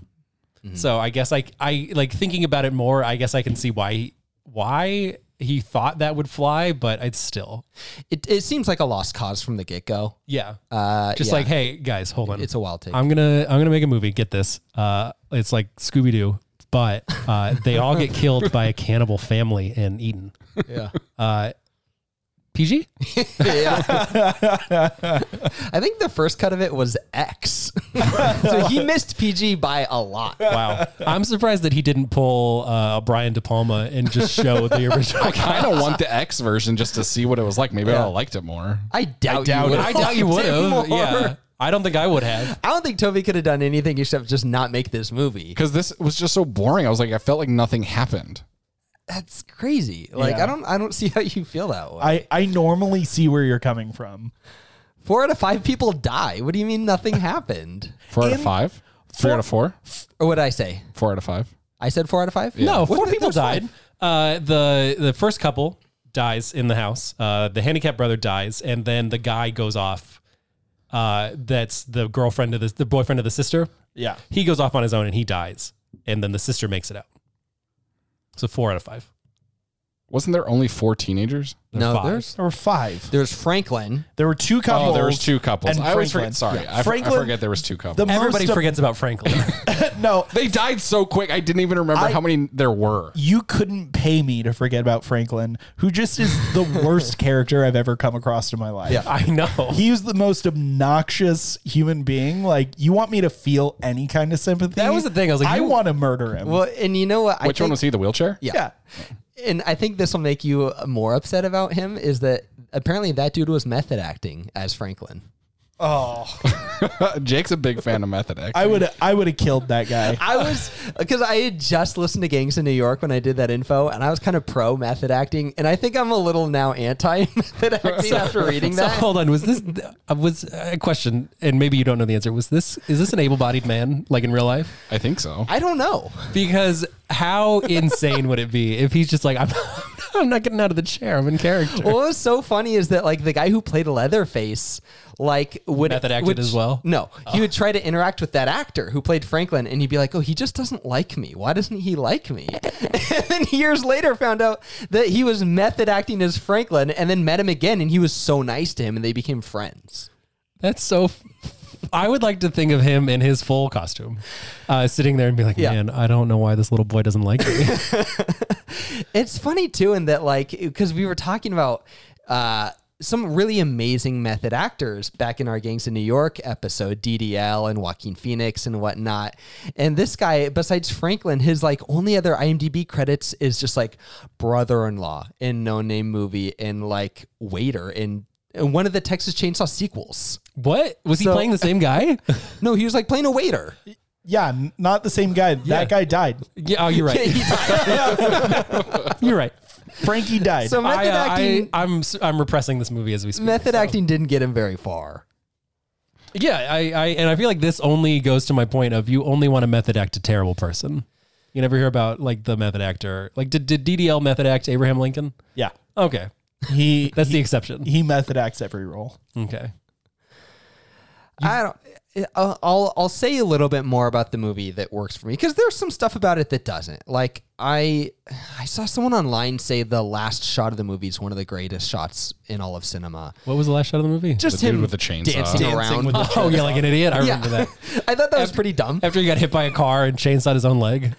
Mm-hmm. So I guess I I like thinking about it more. I guess I can see why why he thought that would fly, but it's still it, it seems like a lost cause from the get-go yeah. uh just yeah. like hey guys, hold on. it's a wild take I'm gonna I'm gonna make a movie. Get this. Uh, it's like Scooby Doo, but uh, they all get killed by a cannibal family and eaten. Yeah. Uh, PG. yeah. I think the first cut of it was X. so he missed PG by a lot. Wow. I'm surprised that he didn't pull uh, Brian De Palma and just show the original. I don't want the X version just to see what it was like. Maybe I liked it more. I doubt, doubt you would. it. I doubt you would have. Yeah. I don't think I would have. I don't think Toby could have done anything except just not make this movie. Because this was just so boring. I was like, I felt like nothing happened. That's crazy. Like Yeah. I don't I don't see how you feel that way. I, I normally see where you're coming from. Four out of five people die. What do you mean nothing happened? Four out of five. Three out of four. Or what did I say? Four out of five. I said four out of five? No, What Oh, four did- people there's five. died. Uh, the the first couple dies in the house. Uh, the handicapped brother dies, and then the guy goes off. Uh, that's the girlfriend of the the boyfriend of the sister. Yeah. He goes off on his own and he dies, and then the sister makes it out. So four out of five. Wasn't there only four teenagers? They're No, five. there's There were five. there's Franklin. There were two couples. Oh, there was two couples. and I always Franklin. forget. Sorry, Yeah. I, f- I Franklin- forget there was two couples. The Everybody most forgets about Franklin. No, they died so quick. I didn't even remember I- how many there were. you couldn't pay me to forget about Franklin, who just is the worst character I've ever come across in my life. Yeah. I know. He was the most obnoxious human being. Like, you want me to feel any kind of sympathy? That was the thing. I was like, I you- want to murder him. Well, and you know what? I Which one think- was he? The wheelchair? Yeah. yeah. and I think this will make you more upset about him is that apparently that dude was method acting as Franklin. Oh, Jake's a big fan of method acting. I would I would have killed that guy. I was because I had just listened to Gangs in New York when I did that info, and I was kind of pro method acting, and I think I'm a little now anti method acting after reading So that. hold on, was this uh, was a question, and maybe you don't know the answer. Was this is this an able-bodied man like in real life? I think so. I don't know. Because how insane would it be if he's just like I'm, I'm not getting out of the chair. I'm in character. What was so funny is that like the guy who played Leatherface, like would Method acted would- as well? Oh. No, he would try to interact with that actor who played Franklin, and he'd be like, "Oh, he just doesn't like me. Why doesn't he like me?" and then years later, found out that he was method acting as Franklin, and then met him again, and he was so nice to him, and they became friends. That's so. F- I would like to think of him in his full costume, uh, sitting there and be like, Yeah. "Man, I don't know why this little boy doesn't like me." It's funny too, in that like because we were talking about uh, some really amazing method actors back in our Gangs in New York episode, DDL and Joaquin Phoenix and whatnot. And this guy, besides Franklin, his like only other IMDb credits is just like brother-in-law in No Name Movie and like waiter in, in one of the Texas Chainsaw sequels. what was he So- playing the same guy? No, he was like playing a waiter. Yeah, n- not the same guy. That guy died. yeah, oh, you're right. He died. You're right. Frankie died. so I, method uh, acting, I, I'm s- I'm repressing this movie as we speak. method so. acting didn't get him very far. Yeah, I, I and I feel like this only goes to my point of you only want to method act a terrible person. You never hear about like the method actor. Like did, did DDL method act Abraham Lincoln? yeah, Okay. he That's the he, exception. he method acts every role. Okay. I don't. eh, I'll, I'll I'll say a little bit more about the movie that works for me because there's some stuff about it that doesn't. Like I I saw someone online say the last shot of the movie is one of the greatest shots in all of cinema. What was the last shot of the movie? Just The dude him with the chainsaw. dancing, Dancing around. with the- Oh yeah, like an idiot. I yeah, remember that. I thought that was pretty dumb. After he got hit by a car and chainsawed his own leg.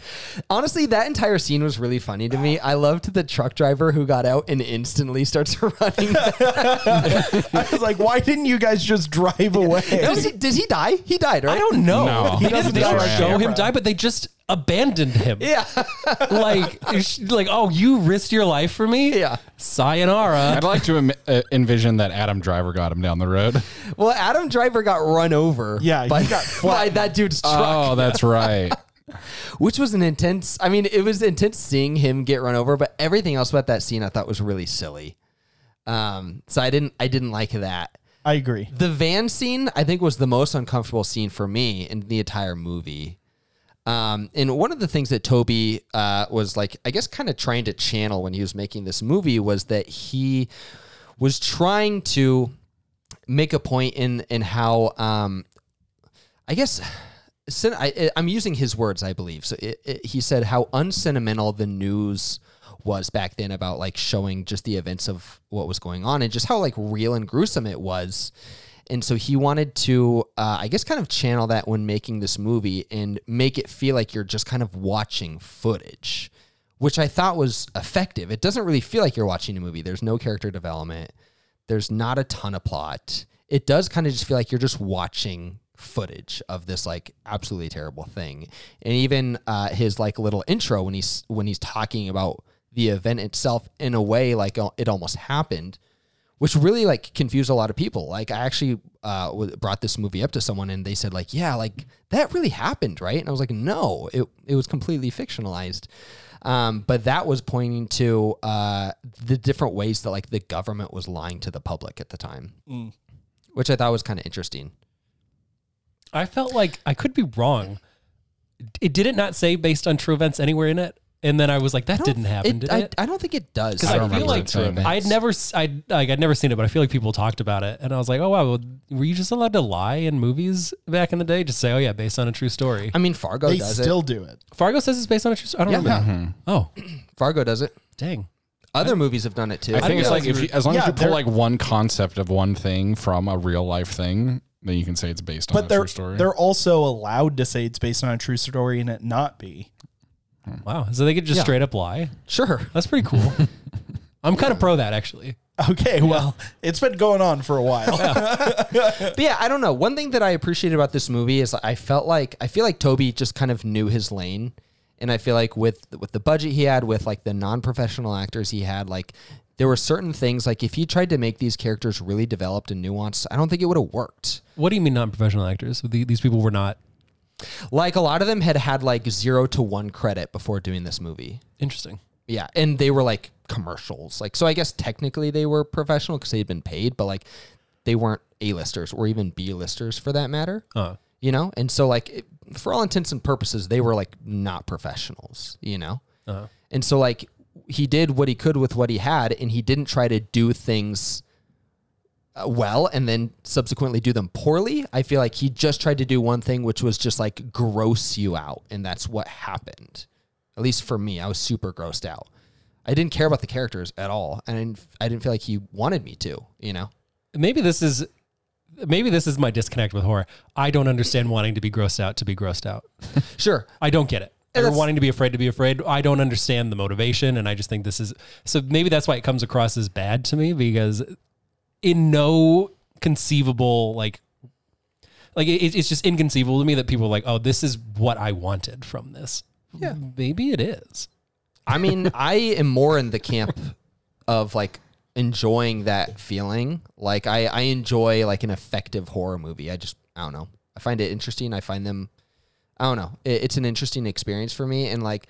Honestly, that entire scene was really funny to me. I loved the truck driver who got out and instantly starts running. I was like, why didn't you guys just drive away? does, he, does he die? He died, right? I don't know. No. He He doesn't doesn't they don't die on show camera. him die, but they just abandoned him. Yeah, Like it's like, oh, you risked your life for me? yeah. Sayonara. I'd like to em- uh, envision that Adam Driver got him down the road. Well, Adam Driver got run over. Yeah, he by, got by that dude's truck. Oh, that's right. which was an intense. I mean, it was intense seeing him get run over, but everything else about that scene I thought was really silly. Um, so I didn't, I didn't like that. I agree. The van scene I think was the most uncomfortable scene for me in the entire movie. Um, and one of the things that Toby uh, was like, I guess, kind of trying to channel when he was making this movie was that he was trying to make a point in in how um, I guess cin- I, I- I'm using his words, I believe. So it, it, he said how unsentimental the news was back then about like showing just the events of what was going on and just how like real and gruesome it was. And so he wanted to, uh, I guess, kind of channel that when making this movie and make it feel like you're just kind of watching footage, which I thought was effective. It doesn't really feel like you're watching a movie. There's no character development. There's not a ton of plot. It does kind of just feel like you're just watching footage of this like absolutely terrible thing. And even uh, his like little intro when he's when he's talking about the event itself in a way like uh, it almost happened, which really like confused a lot of people. Like I actually uh, w- brought this movie up to someone and they said like, yeah, like that really happened, right? And I was like, no, it it was completely fictionalized. Um, but that was pointing to uh, the different ways that like the government was lying to the public at the time, Mm. which I thought was kind of interesting. I felt like I could be wrong. It did it not say based on true events anywhere in it? And then I was like, that I don't didn't th- happen, it- did I, it? I don't think it does. Because I, don't feel remember like the term. I'd never, s- I'd like, I'd never seen it, but I feel like people talked about it, and I was like, oh wow, well, were you just allowed to lie in movies back in the day? Just say, oh yeah, based on a true story. I mean, Fargo They Oh, does still do it. Fargo says it's based on a true story. I don't Yeah. Mm-hmm. remember. Oh, it. Fargo does it. dang. Other movies have done it too. I think it's realize like if you, as long Yeah, as you pull they're- like one concept of one thing from a real life thing, then you can say it's based on But a they're true story. they're also allowed to say it's based on a true story and it not be. Wow. So they could just straight up lie. sure. That's pretty cool. I'm kind of pro that actually. Okay, well, it's been going on for a while. But yeah, I don't know. One thing that I appreciated about this movie is I felt like I feel like Toby just kind of knew his lane And I feel like with with the budget he had, with like the non professional actors he had, like there were certain things like if he tried to make these characters really developed and nuanced, I don't think it would have worked. What do you mean non-professional actors? The- These people were not Like a lot of them had had like zero to one credit before doing this movie. interesting. Yeah, and they were like commercials. Like so I guess technically they were professional cuz they had been paid, but like they weren't A-listers or even B-listers for that matter. Uh, You know? And so like it, for all intents and purposes they were like not professionals, you know? uh, And so like he did what he could with what he had and he didn't try to do things uh, well and then subsequently do them poorly. I feel like he just tried to do one thing which was just like gross you out and that's what happened. At least for me, I was super grossed out. I didn't care about the characters at all and I didn't, I didn't feel like he wanted me to, you know. maybe this is maybe this is my disconnect with horror. I don't understand wanting to be grossed out to be grossed out. Sure. I don't get it. And Or that's- wanting to be afraid to be afraid. I don't understand the motivation, and I just think this is so. Maybe that's why it comes across as bad to me because, in no conceivable like, like it, it's just inconceivable to me that people are like, "Oh, this is what I wanted from this." Yeah, maybe it is. I mean, I am more in the camp of like enjoying that feeling. Like I, I enjoy like an effective horror movie. I just I don't know. I find it interesting. I find them I don't know. It, it's an interesting experience for me and like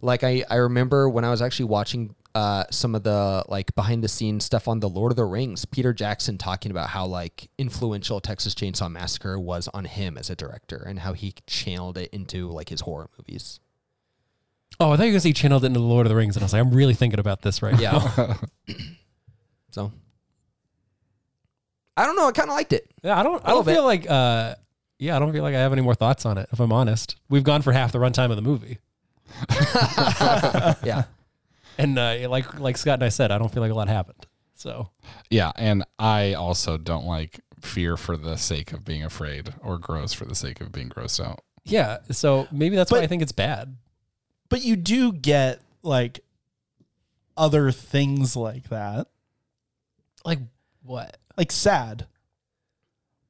like I, I remember when I was actually watching uh, some of the like behind the scenes stuff on the Lord of the Rings, Peter Jackson talking about how like influential Texas Chainsaw Massacre was on him as a director and how he channeled it into like his horror movies. Oh, I thought you were gonna say you channeled it into the Lord of the Rings, and I was like, I'm really thinking about this right now. Yeah. so I don't know. I kind of liked it. Yeah, I don't. I little don't feel like. uh Yeah, I don't feel like I have any more thoughts on it. If I'm honest, we've gone for half the runtime of the movie, Yeah. and uh, like like Scott and I said, I don't feel like a lot happened. So Yeah, and I also don't like fear for the sake of being afraid or gross for the sake of being grossed out. yeah, so maybe that's why But- I think it's bad. but you do get like other things like that Like what? like sad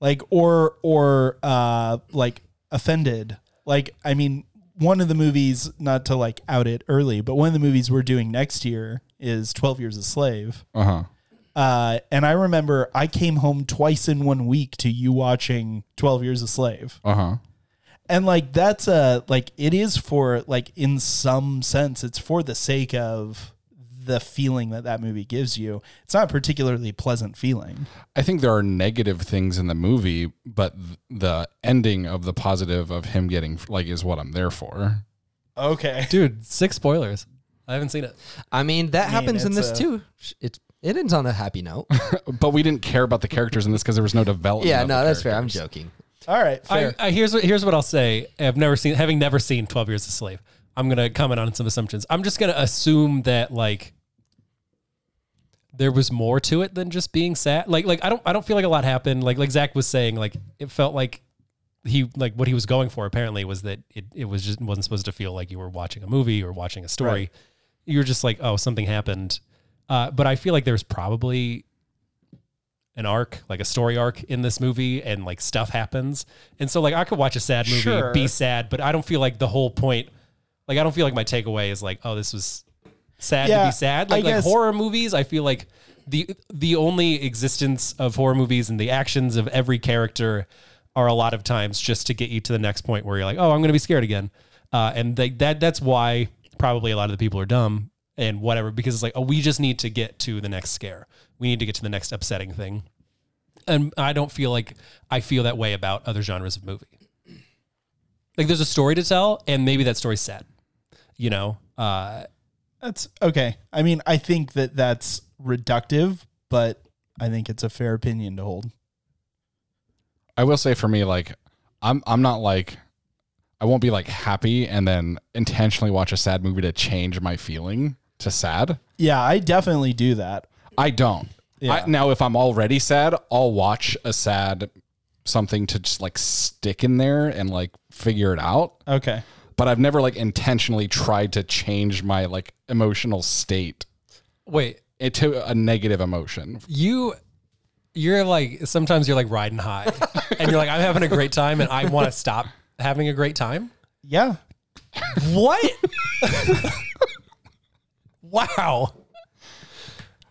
like or or uh like offended like i mean one of the movies not to like out it early but one of the movies we're doing next year is 12 years a slave Uh huh. uh and i remember i came home twice in one week to you watching 12 years a slave Uh huh. and like that's a like it is for like in some sense it's for the sake of the feeling that that movie gives you it's not a particularly pleasant feeling I think there are negative things in the movie, but th- the ending of the positive of him getting like is what I'm there for. okay Dude, six spoilers. I haven't seen it. I mean, that happens in this it's a- too. It's it ends on a happy note. But we didn't care about the characters in this because there was no development. yeah. of the No, that's fair. I'm characters. joking. all right fair I, I, here's what here's what I'll say. I've never seen, having never seen Twelve Years a Slave. I'm gonna comment on some assumptions. I'm just gonna assume that like there was more to it than just being sad. Like like I don't I don't feel like a lot happened. Like like Zach was saying, like it felt like he like what he was going for apparently was that it, it was just wasn't supposed to feel like you were watching a movie or watching a story. You were just like, oh, something happened. Uh, but I feel like there's probably an arc, like a story arc in this movie, and like stuff happens. And so, like, I could watch a sad movie, Sure. be sad, but I don't feel like the whole point. Like, I don't feel like my takeaway is like, oh, this was sad to Yeah, be sad. I Like, like guess- horror movies, I feel like the the only existence of horror movies and the actions of every character are a lot of times just to get you to the next point where you're like, oh, I'm gonna be scared again. Uh, and they, that that's why probably a lot of the people are dumb and whatever because it's like, oh, we just need to get to the next scare. We need to get to the next upsetting thing and I don't feel like I feel that way about other genres of movie. Like there's a story to tell, and maybe that story's sad. You know, uh, That's okay. I mean, I think that that's reductive, but I think it's a fair opinion to hold. I will say for me, like I'm I'm not like I won't be like happy and then intentionally watch a sad movie to change my feeling to sad. Yeah, I definitely do that. I don't. Yeah. I, now, if I'm already sad, I'll watch a sad something to just like stick in there and like figure it out. Okay. But I've never like intentionally tried to change my like emotional state wait, into a negative emotion. you, you're like sometimes you're like riding high, and you're like I'm having a great time, and I want to stop having a great time. Yeah. What? wow.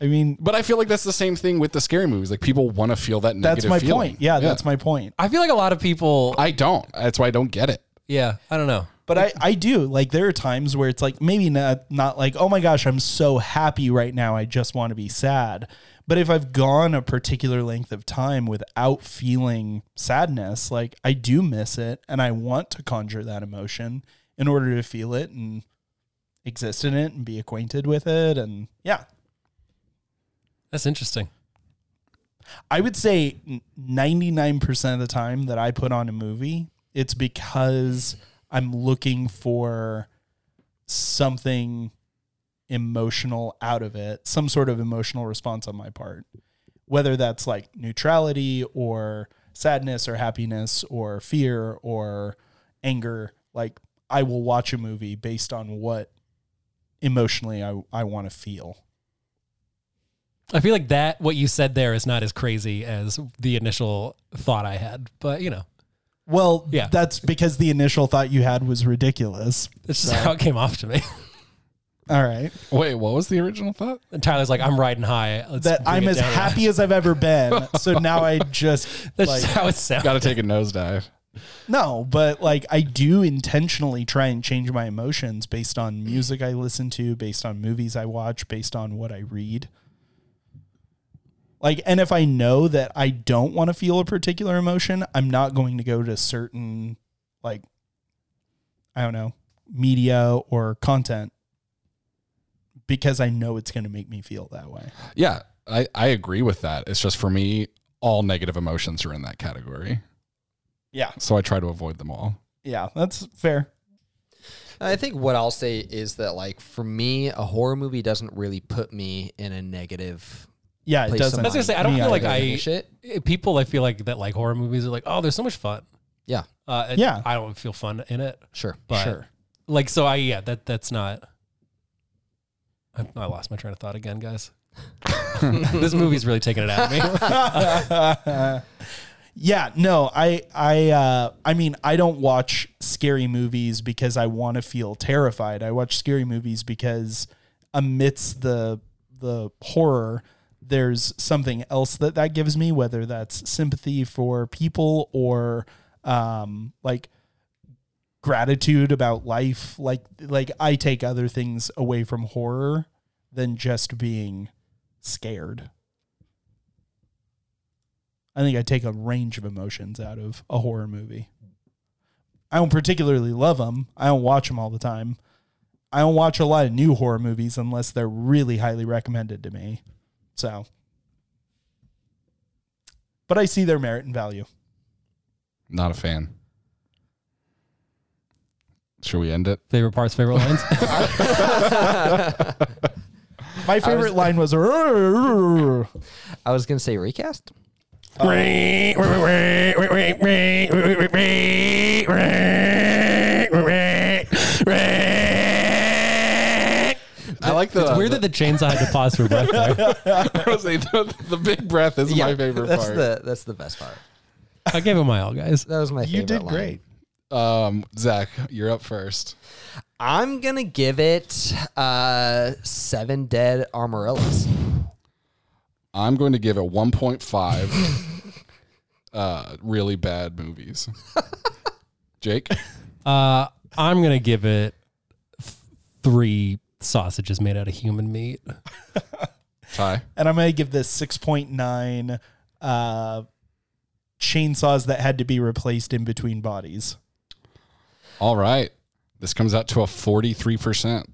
I mean, But I feel like that's the same thing with the scary movies. Like people want to feel that that's negative my feeling. point. Yeah, that's my point. I feel like a lot of people. I don't. That's why I don't get it. yeah, I don't know. But I, I do like there are times where it's like maybe not not like oh my gosh I'm so happy right now I just want to be sad. But if I've gone a particular length of time without feeling sadness, like I do miss it and I want to conjure that emotion in order to feel it and exist in it and be acquainted with it and yeah. That's interesting. I would say 99% of the time that I put on a movie, it's because I'm looking for something emotional out of it, some sort of emotional response on my part, whether that's like neutrality or sadness or happiness or fear or anger. Like, I will watch a movie based on what emotionally I, I want to feel. I feel like that what you said there is not as crazy as the initial thought I had, but you know, Well, Yeah. that's because the initial thought you had was ridiculous. it's just how it came off to me. All right. Wait, what was the original thought? And Tyler's like, "I'm riding high." Let's that bring I'm it as down a notch." happy as I've ever been. So now I just That's like just how it sounds. Got to take a nosedive. no, but like I do intentionally try and change my emotions based on music I listen to, based on movies I watch, based on what I read. Like and if I know that I don't want to feel a particular emotion, I'm not going to go to certain like I don't know, media or content because I know it's going to make me feel that way. Yeah, I, I agree with that. It's just for me, all negative emotions are in that category. Yeah. So I try to avoid them all. Yeah, that's fair. I think what I'll say is that, like, for me, a horror movie doesn't really put me in a negative. Yeah, it Place doesn't. some- I was gonna say I don't Me feel like either. I Shit. people I feel like that like horror movies are like oh there's so much fun Yeah, uh, it- Yeah. I don't feel fun in it sure. but Sure. like so I yeah that that's not I, I lost my train of thought again guys this movie's really taking it out of me Yeah, no, I I uh I mean, I don't watch scary movies because I want to feel terrified. I watch scary movies because amidst the the horror, there's something else that that gives me whether that's sympathy for people or um like gratitude about life like like I take other things away from horror than just being scared. I think I take a range of emotions out of a horror movie. I don't particularly love them. I don't watch them all the time. I don't watch a lot of new horror movies unless they're really highly recommended to me. So, but I see their merit and value. Not a fan. Should we end it? favorite parts favorite lines My favorite line was "Rrrr." I was gonna say recast. I like the. it's weird that the chainsaw had to pause for breath there. the, the big breath is my favorite that's part. the that's the best part. I gave it my all guys That was my. You favorite did line. great. um, Zach, you're up first. I'm gonna give it uh, seven dead armorillos. I'm going to give it 1.5. uh, really bad movies. Jake, uh, I'm gonna give it th- three sausages made out of human meat Ty, And I'm going to give this 6.9 uh, chainsaws that had to be replaced in between bodies. All right. This comes out to a 43%.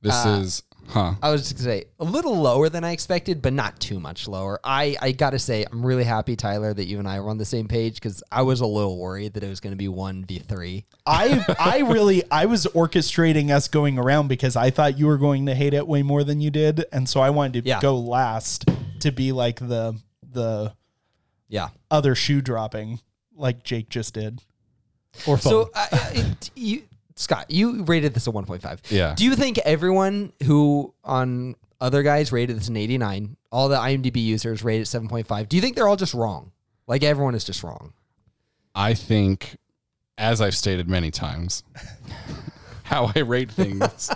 This is, huh? I was just gonna say a little lower than I expected, but not too much lower. I, I gotta say, I'm really happy, Tyler, that you and I were on the same page because I was a little worried that it was gonna be one v three. I I really I was orchestrating us going around because I thought you were going to hate it way more than you did, and so I wanted to Yeah. go last to be like the the Yeah. other shoe dropping like Jake just did. or fun. So I I- it, you, Scott, you rated this a 1.5. Yeah. Do you think everyone who on other guys rated this an 89, all the IMDb users rated it 7.5? Do you think they're all just wrong? Like everyone is just wrong. I think, as I've stated many times, how I rate things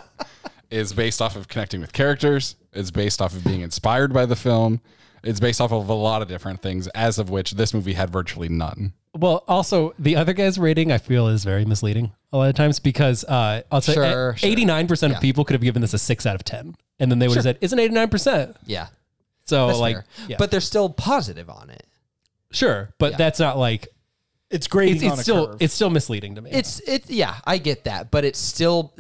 is based off of connecting with characters. It's based off of being inspired by the film. It's based off of a lot of different things, as of which this movie had virtually none. Well, also the other guy's rating I feel is very misleading a lot of times because uh, I'll say Sure, sure. eighty nine percent of people could have given this a six out of ten, and then they would have said, "Isn't eighty nine percent?" Yeah. So That's like, fair. yeah. But they're still positive on it. sure, but that's not like It's grading it's, on it's a still curve. it's still misleading to me. It's it yeah, I get that, but it's still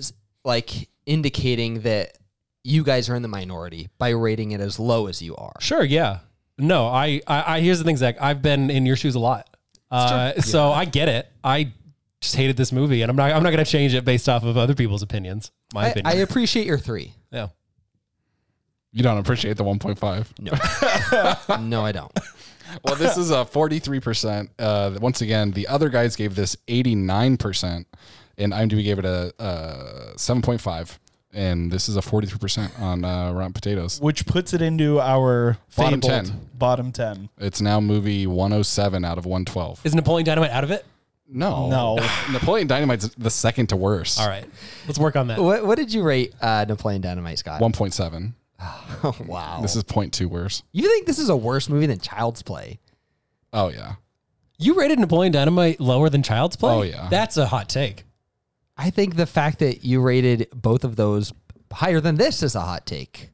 like indicating that you guys are in the minority by rating it as low as you are. Sure, yeah. No, I, I, I here's the thing, Zach. I've been in your shoes a lot, uh, so I get it. I just hated this movie, and I'm not I'm not gonna change it based off of other people's opinions. My I, I opinion. appreciate your 3. yeah. You don't appreciate the No. 1.5. no, I don't. Well, this is a 43%. Uh, once again, the other guys gave this 89%, and IMDb gave it a, uh 7.5. And this is a 43% on uh, Rotten Potatoes. which puts it into our Bottom fabled 10. Bottom ten. It's now movie 107 out of 112. Is Napoleon Dynamite out of it? No. No. Napoleon Dynamite's the second to worst. All right, let's work on that. What what did you rate uh Napoleon Dynamite, Scott? 1.7. wow. This is 0.2 worse. you think this is a worse movie than Child's Play? Oh, yeah. You rated Napoleon Dynamite lower than Child's Play? Oh, yeah. That's a hot take. I think the fact that you rated both of those higher than this is a hot take.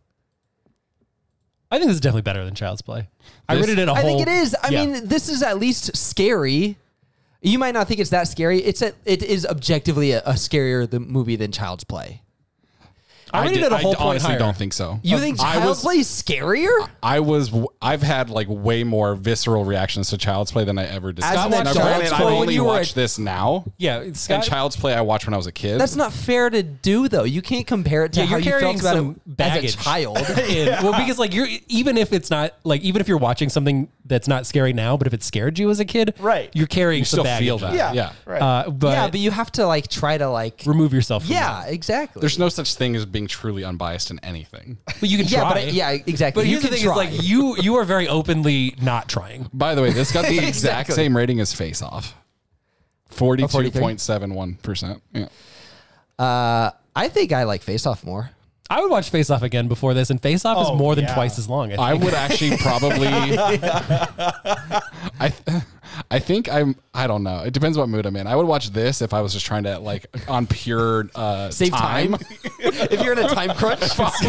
I think this is definitely better than Child's Play. I This- rated it a I whole. think it is. I yeah. mean, this is at least scary. You might not think it's that scary. It's a, it is objectively a, a scarier the movie than Child's Play. I rated it a whole I point honestly higher. don't think so. Uh, You think I Child's was, Play is scarier? I was, I've had like way more visceral reactions to Child's Play than I ever did. As Scott in that watched- Child's granted, Play I when only you were a- watch this now. Yeah, And Scott, Child's Play I watched when I was a kid. That's not fair to do, though. You can't compare it to Yeah, how you're you carrying felt about some it baggage. as a child. in. Well, because like you're even if it's not like even if you're watching something that's not scary now, but if it scared you as a kid, Right. You're carrying you some still baggage. feel that. Yeah. yeah. Right. Uh, but, yeah, but you have to like try to like. remove yourself. From yeah, exactly. There's no such thing as being truly unbiased in anything. that. but you can yeah, try. but I- yeah, exactly. But you here's the can thing: try. is like you you are very openly not trying. By the way, this got the exact Exactly. Oh, same rating as Face Off. 42.71%. Yeah. uh, I think I like Face Off more. I would watch Face Off again before this, and Face Off Oh, is more than yeah. twice as long. I think. I would actually probably I th- I think I'm I don't know. It depends what mood I'm in. I would watch this if I was just trying to like on pure uh Save time. if you're in a time crunch, Scott's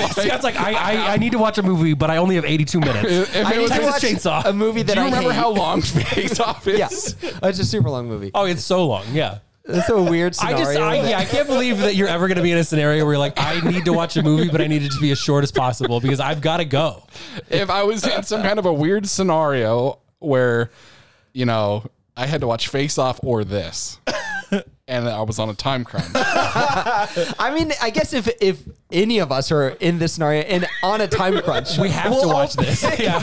like, I, I, I need to watch a movie, but I only have 82 minutes. If it I need was- to Texas watch Chainsaw. a movie that Do you I remember hate. how long Face Off is? Yeah, it's a super long movie. oh, it's so long. Yeah. That's a weird scenario. I just, I, that- yeah, I can't believe that you're ever going to be in a scenario where you're like, I need to watch a movie, but I need it to be as short as possible because I've got to go. if I was in some kind of a weird scenario where, you know, I had to watch Face Off or this, and I was on a time crunch. I mean, I guess if if any of us are in this scenario and on a time crunch, We have to watch this. Yeah.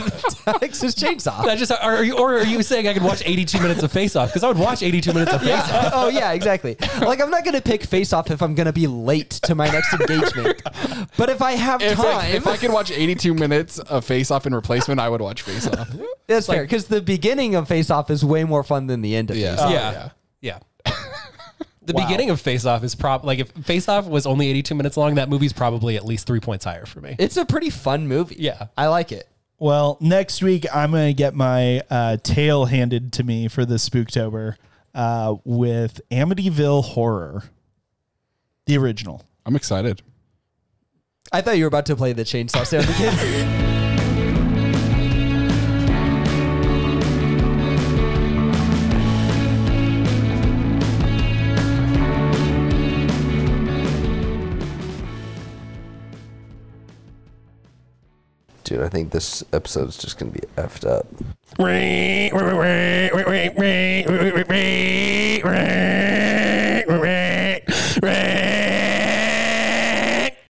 Texas Chainsaw. That just, are are you, or are you saying I could watch 82 minutes of Face Off? Because I would watch 82 minutes of Face Off. Yeah. Oh yeah, exactly. Like I'm not gonna pick face off if I'm gonna be late to my next engagement. But if I have If I, time, if I could watch 82 minutes of Face Off in replacement, I would watch Face Off. that's fair because the beginning of face off is way more fun than the end of Yeah. Face Off. yeah. Yeah. The beginning of Face Off is prob like if Face Off was only 82 minutes long, that movie's probably at least three points higher for me. It's a pretty fun movie. Yeah. I like it. Well, next week I'm gonna get my uh, tail handed to me for this Spooktober uh, with Amityville Horror, the original. I'm excited. I thought you were about to play the chainsaw sound again. Dude, I think this episode's just gonna be effed up. Ray, ray, ray, ray, ray, ray, ray, ray, ray, ray.